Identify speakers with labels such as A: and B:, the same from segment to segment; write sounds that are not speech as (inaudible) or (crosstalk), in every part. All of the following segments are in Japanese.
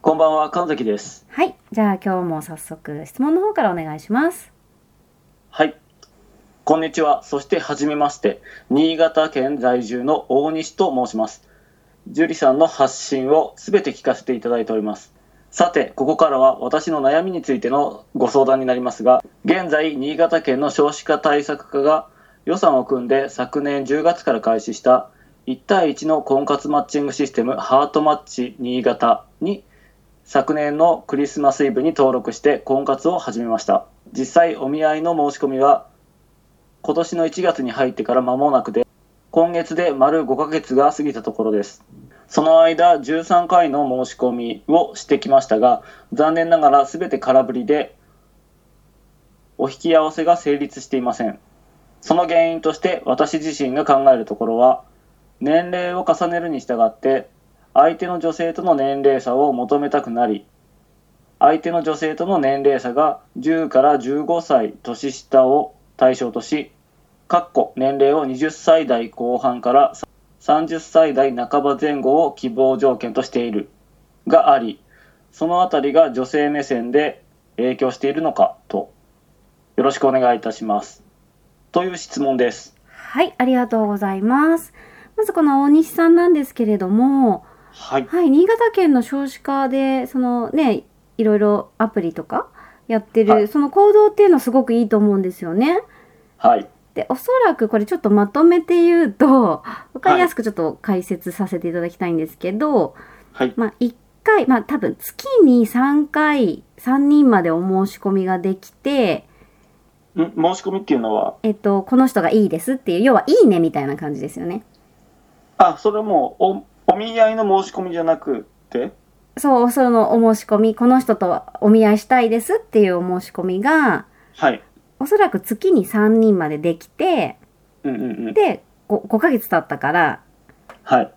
A: こんばんは、神崎です。
B: はい、じゃあ今日も早速質問の方からお願いします。
A: はい。こんにちは。そして、はじめまして。新潟県在住の大西と申します。樹里さんの発信をすべて聞かせていただいております。さて、ここからは私の悩みについてのご相談になりますが、現在、新潟県の少子化対策課が予算を組んで昨年10月から開始した1対1の婚活マッチングシステムハートマッチ新潟に昨年のクリスマスイブに登録して婚活を始めました実際お見合いの申し込みは今年の1月に入ってから間もなくで今月で丸5ヶ月が過ぎたところですその間13回の申し込みをしてきましたが残念ながら全て空振りでお引き合わせが成立していませんその原因として私自身が考えるところは年齢を重ねるに従って相手の女性との年齢差を求めたくなり相手の女性との年齢差が10から15歳年下を対象としかっこ年齢を20歳代後半から30歳代半ば前後を希望条件としているがありそのあたりが女性目線で影響しているのかとよろしくお願いいたしますという質問です
B: はい、ありがとうございます。まずこの大西さんなんですけれども、
A: はい
B: はい、新潟県の少子化で、そのね、いろいろアプリとかやってる、
A: はい
B: その行動っていうのすごくいいと思うんですよね。
A: はい
B: で、おそらくこれちょっとまとめて言うと、わかりやすくちょっと解説させていただきたいんですけど、
A: はい
B: まあ、1回、まあ、多分月に3回、3人までお申し込みができて、
A: ん申し込みっていうのは
B: えっと、この人がいいですっていう、要は、いいねみたいな感じですよね。
A: あそれもうおお見合いの申し込みじゃなくて
B: そう、そのお申し込み、この人とお見合いしたいですっていうお申し込みが、
A: はい
B: おそらく月に3人までできて、
A: うんうんうん
B: で、5, 5ヶ月経ったから、
A: はい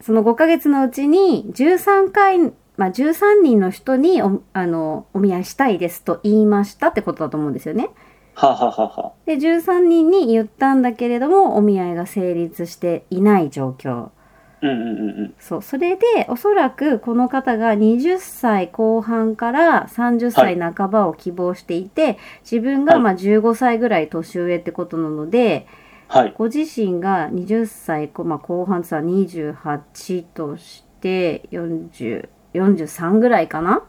B: その5ヶ月のうちに13回、まあ、13人の人にお、あの、お見合いしたいですと言いましたってことだと思うんですよね。
A: はあ、はあはあは
B: で、13人に言ったんだけれども、お見合いが成立していない状況。
A: あ、うんうんうんうん
B: そう。それで、おそらくこの方が20歳後半から30歳半ばを希望していて、自分が
A: はい
B: まあ15歳ぐらい年上ってことなので、
A: はい
B: ご自身が20歳、こまあ、後半さ28として40、43ぐらいかな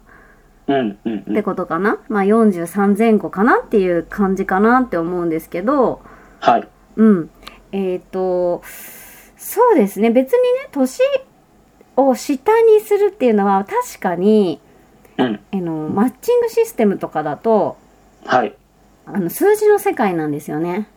A: うんうんう
B: って
A: ん
B: ことかな、まあ43前後かなっていう感じかなって思うんですけど、
A: はい
B: うん。えっ、と、そうですね。別にね、年を下にするっていうのは確かに、
A: うん
B: あの、マッチングシステムとかだと、
A: はい
B: あの、数字の世界なんですよね。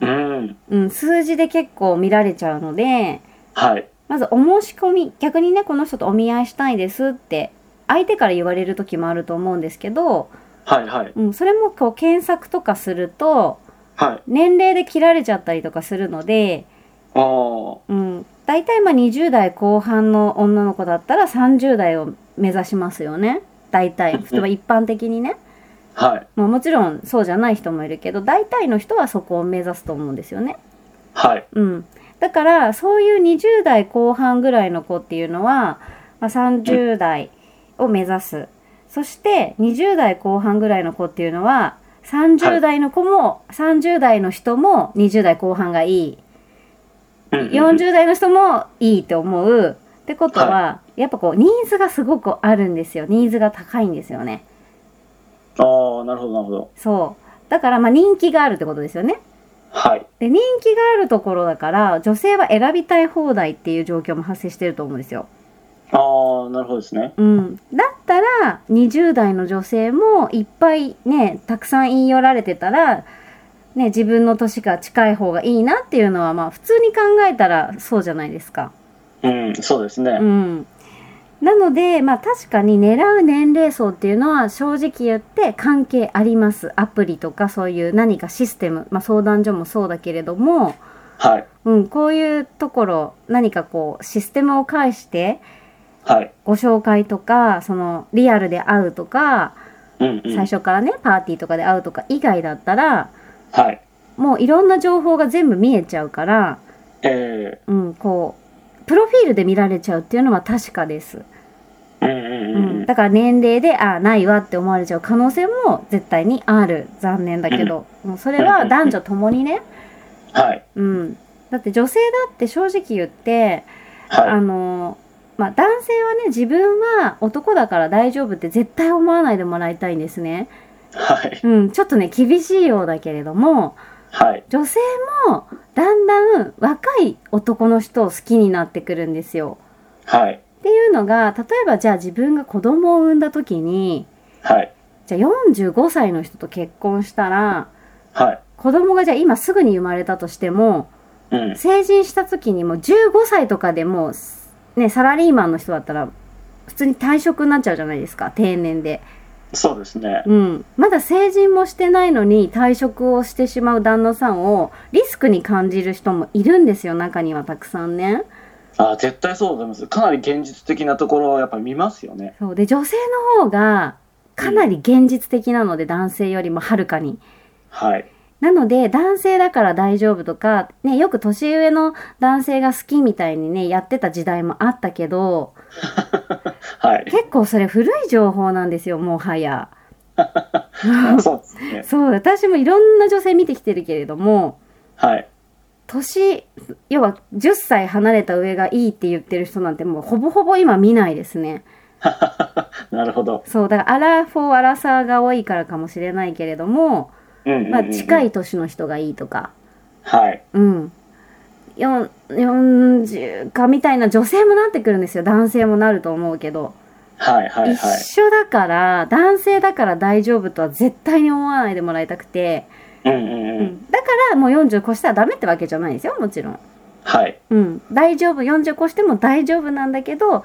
A: うん
B: うん、数字で結構見られちゃうので、
A: はい
B: まずお申し込み、逆にね、この人とお見合いしたいですって、相手から言われる時もあると思うんですけど、
A: はいはい
B: うん、それもこう検索とかすると、
A: はい
B: 年齢で切られちゃったりとかするので、
A: あー
B: うん、大体まあ20代後半の女の子だったら30代を目指しますよね大体例えば一般的にね
A: はい。
B: まあ、もちろんそうじゃない人もいるけど大体の人はそこを目指すと思うんですよね。
A: はい。
B: うん、だからそういう20代後半ぐらいの子っていうのは、まあ、30代を目指すそして20代後半ぐらいの子っていうのは
A: は
B: 30
A: い
B: 代の子も、30代の人も20代後半がいい
A: うんうんうん
B: 40代の人もいいと思うってことは、やっぱこうニーズがすごくあるんですよニーズが高いんですよね
A: ああ、なるほど、なるほど。
B: そうだからまあ人気があるってことですよね
A: はい。
B: で人気があるところだから女性は選びたい放題っていう状況も発生してると思うんですよ。
A: ああ、なるほどですね。
B: うん、だったら20代の女性もいっぱいねたくさん言い寄られてたら、ね、自分の年が近い方がいいなっていうのはまあ普通に考えたらそうじゃないですか。
A: うん、そうですね。
B: うん、なので、まあ、確かに狙う年齢層っていうのは正直言って関係ありますアプリとかそういう何かシステム、まあ、相談所もそうだけれども。
A: はい。
B: うん、こういうところ何かこうシステムを介して
A: はい。
B: ご紹介とかそのリアルで会うとか
A: うん、うん。
B: 最初からねパーティーとかで会うとか以外だったら
A: はい。
B: もういろんな情報が全部見えちゃうから、
A: え
B: うん、こうプロフィールで見られちゃうっていうのは確かです、
A: えうんうん
B: う
A: うんうん
B: ん、。だから年齢であないわって思われちゃう可能性も絶対にある残念だけど、もうそれは男女ともにね、
A: はい。
B: うん、だって女性だって正直言ってあ
A: はい。
B: のまあ、男性はね自分は男だから大丈夫って絶対思わないでもらいたいんですね、
A: はい。
B: うん、ちょっとね厳しいようだけれども
A: はい。
B: 女性もだんだん若い男の人を好きになってくるんですよ
A: はい。
B: っていうのが例えばじゃあ自分が子供を産んだ時に
A: はい。
B: じゃあ45歳の人と結婚したら
A: はい。
B: 子供がじゃあ今すぐに生まれたとしても
A: うん。
B: 成人した時にもう15歳とかでもう、ね、サラリーマンの人だったら普通に退職になっちゃうじゃないですか定年で、
A: そうですね。
B: うん、まだ成人もしてないのに退職をしてしまう旦那さんをリスクに感じる人もいるんですよ中にはたくさんね
A: ああ、絶対そうでございます。かなり現実的なところをやっぱ見ますよね。
B: そうで女性の方がかなり現実的なので、男性よりもはるかに
A: はい。
B: なので、男性だから大丈夫とか、ね、よく年上の男性が好きみたいにね、やってた時代もあったけど、 (laughs)
A: はい。
B: 結構それ古い情報なんですよもはや (laughs)
A: そうですね。
B: そう私もいろんな女性見てきてるけれども
A: はい。 (laughs)
B: 年要は10歳離れた上がいいって言ってる人なんてもうほぼほぼ今見ないですね
A: なるほど。
B: そうだからアラフォーアラサーが多いからかもしれないけれども、
A: うんうんうんうん
B: まあ、近。い年の人がいいとか
A: はい。
B: うんよん40かみたいな女性もなってくるんですよ男性もなると思うけど
A: はい。はい。はい。
B: 一緒だから男性だから大丈夫とは絶対に思わないでもらいたくて、
A: うんう
B: う
A: んうん。
B: んだからもう40越したらダメってわけじゃないですよもちろん、
A: はい。
B: うん、大丈夫40越しても大丈夫なんだけど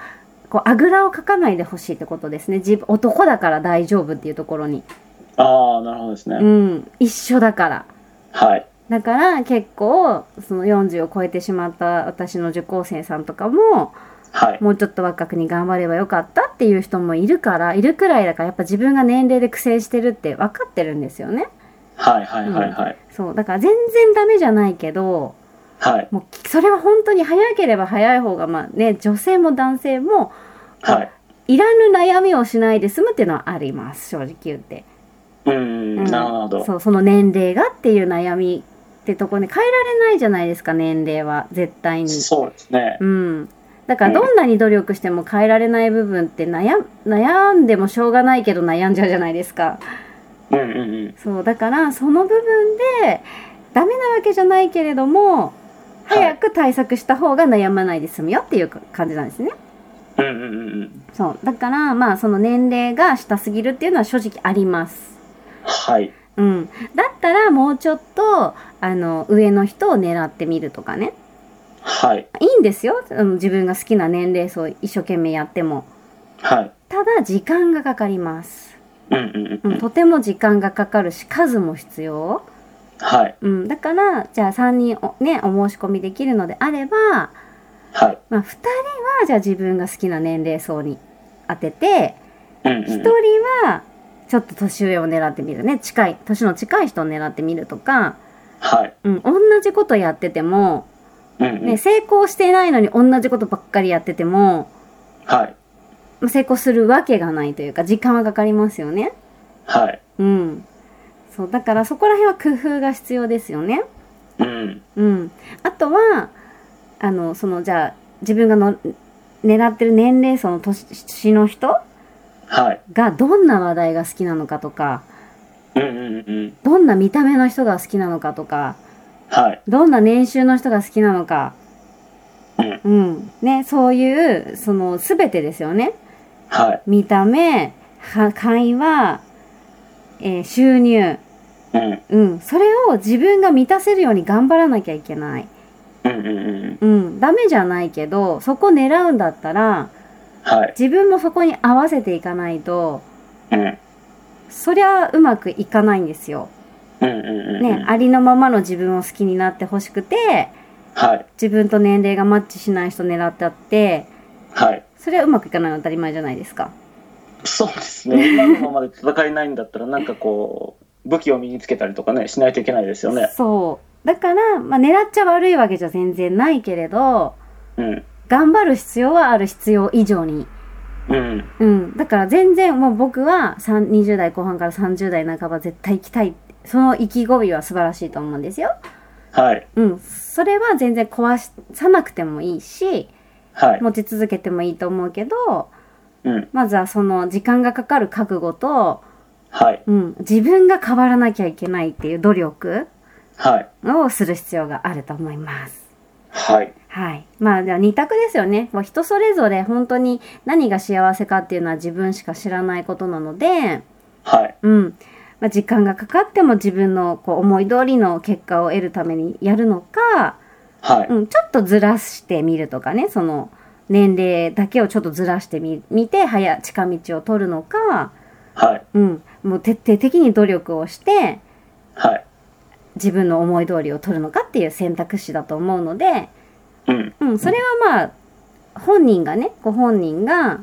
B: こうあぐらをかかないでほしいってことですね自分男だから大丈夫っていうところに、
A: ああ、なるほどです
B: う
A: ね。
B: ん、一緒だから
A: はい。
B: だから結構その40を超えてしまった私の受講生さんとかも
A: はい。
B: もうちょっと若くに頑張ればよかったっていう人もいるからいるくらいだからやっぱ自分が年齢で苦戦してるって分かってるんですよね
A: はい。はい。はい。はい。
B: そうだから全然ダメじゃないけど
A: はい。
B: もうそれは本当に早ければ早い方がまあね女性も男性も
A: はい。
B: いらぬ悩みをしないで済むっていうのはあります正直言って、
A: うんうん
B: う
A: うんん。なるほど。
B: そうその年齢がっていう悩みってとこね変えられないじゃないですか年齢は絶対に
A: そうですね。
B: うん、だからどんなに努力しても変えられない部分って悩悩んでもしょうがないけど悩んじゃうじゃないですか
A: うんうんうん。
B: そうだからその部分でダメなわけじゃないけれども
A: はい
B: 早く対策した方が悩まないで済むよっていうか感じなんですね
A: うんうんうんうん。
B: そうだからまあその年齢が下すぎるっていうのは正直あります
A: はい。
B: うん、だったらもうちょっとあの上の人を狙ってみるとかね
A: はい。
B: いいんですよあの自分が好きな年齢層一生懸命やっても
A: はい。
B: ただ時間がかかります、
A: うんうん
B: う、
A: うんん。
B: とても時間がかかるし数も必要、
A: はい。
B: うん、だからじゃあ3人お,、ね、お申し込みできるのであれば、
A: はい。
B: まあ、2人はじゃあ自分が好きな年齢層に当てて
A: うんう
B: 1
A: んうん
B: 人はちょっと年上を狙ってみるね。近い、年の近い人を狙ってみるとか、
A: はい。
B: うん、同じことやってても、
A: うんうん
B: ね、成功していないのに同じことばっかりやってても、
A: はい。
B: まあ成功するわけがないというか、時間はかかりますよね。
A: はい。
B: うん。そう、だからそこら辺は工夫が必要ですよね。
A: うん。
B: うん。あとは、あの、その、じゃあ、自分がの狙ってる年齢層の年年の人
A: はい。
B: がどんな話題が好きなのかとか、
A: うんうんうん。
B: どんな見た目の人が好きなのかとか、
A: はい。
B: どんな年収の人が好きなのか、
A: うん。
B: うん。ね、そういう、その、すべてですよね。
A: はい。
B: 見た目、は会話、えー収入。
A: うん。
B: うん。それを自分が満たせるように頑張らなきゃいけない。
A: うんうんうん。
B: うん。ダメじゃないけど、そこ狙うんだったら、
A: はい。
B: 自分もそこに合わせていかないと、
A: うん。うん
B: そりゃうまくいかないんですよ。
A: うんうん。
B: ね、ありのままの自分を好きになってほしくて、
A: はい。
B: 自分と年齢がマッチしない人狙ってあって、
A: はい。
B: それはうまくいかないのは当たり前じゃないですか。
A: そうですね。今のままで戦えないんだったら、なんかこう、武器を身につけたりとかね、しないといけないですよね。
B: そう。だから、まあ、狙っちゃ悪いわけじゃ全然ないけれど、
A: うん。
B: 頑張る必要はある必要以上に。
A: うん。
B: うん。だから全然もう僕は3 20代後半から30代半ば絶対行きたい。その意気込みは素晴らしいと思うんですよ。
A: はい。
B: うん。それは全然壊しさなくてもいいし、
A: はい。
B: 持ち続けてもいいと思うけど、
A: うん。
B: まずはその時間がかかる覚悟と、
A: はい。
B: うん。自分が変わらなきゃいけないっていう努力
A: はい。
B: をする必要があると思います。
A: はい。
B: はい。まあ、では二択ですよね。もう人それぞれ本当に何が幸せかっていうのは自分しか知らないことなので、
A: はい。
B: うん。まあ、時間がかかっても自分のこう思い通りの結果を得るためにやるのか、
A: はい。
B: うん、ちょっとずらしてみるとかね、その年齢だけをちょっとずらしてみ、見て、早、近道を取るのか、
A: はい。
B: うん、もう徹底的に努力をして、
A: はい。
B: 自分の思い通りを取るのかっていう選択肢だと思うので、
A: うん。
B: うん、それはまあ、本人がね、ご本人が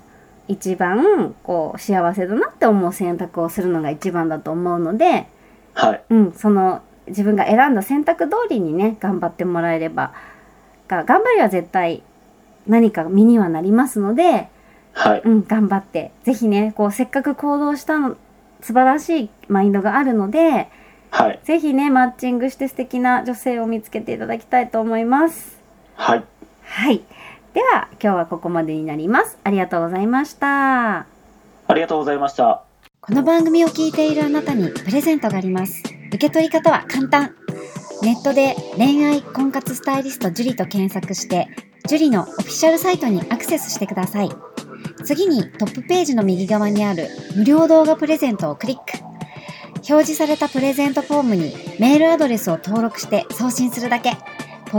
B: 一番、こう、幸せだなって思う選択をするのが一番だと思うので、
A: はい。
B: うん、その、自分が選んだ選択通りにね、頑張ってもらえれば、が頑張りは絶対何か身にはなりますので、
A: はい。
B: うん、頑張って、ぜひね、こう、せっかく行動したの、素晴らしいマインドがあるので、
A: はい。
B: ぜひね、マッチングして素敵な女性を見つけていただきたいと思います。
A: はい。
B: はい。では、今日はここまでになります。ありがとうございました。
A: ありがとうございました。
C: この番組を聞いているあなたにプレゼントがあります。受け取り方は簡単。ネットで恋愛婚活スタイリスト樹と検索して、樹のオフィシャルサイトにアクセスしてください。次にトップページの右側にある無料動画プレゼントをクリック。表示されたプレゼントフォームにメールアドレスを登録して送信するだけ。ポ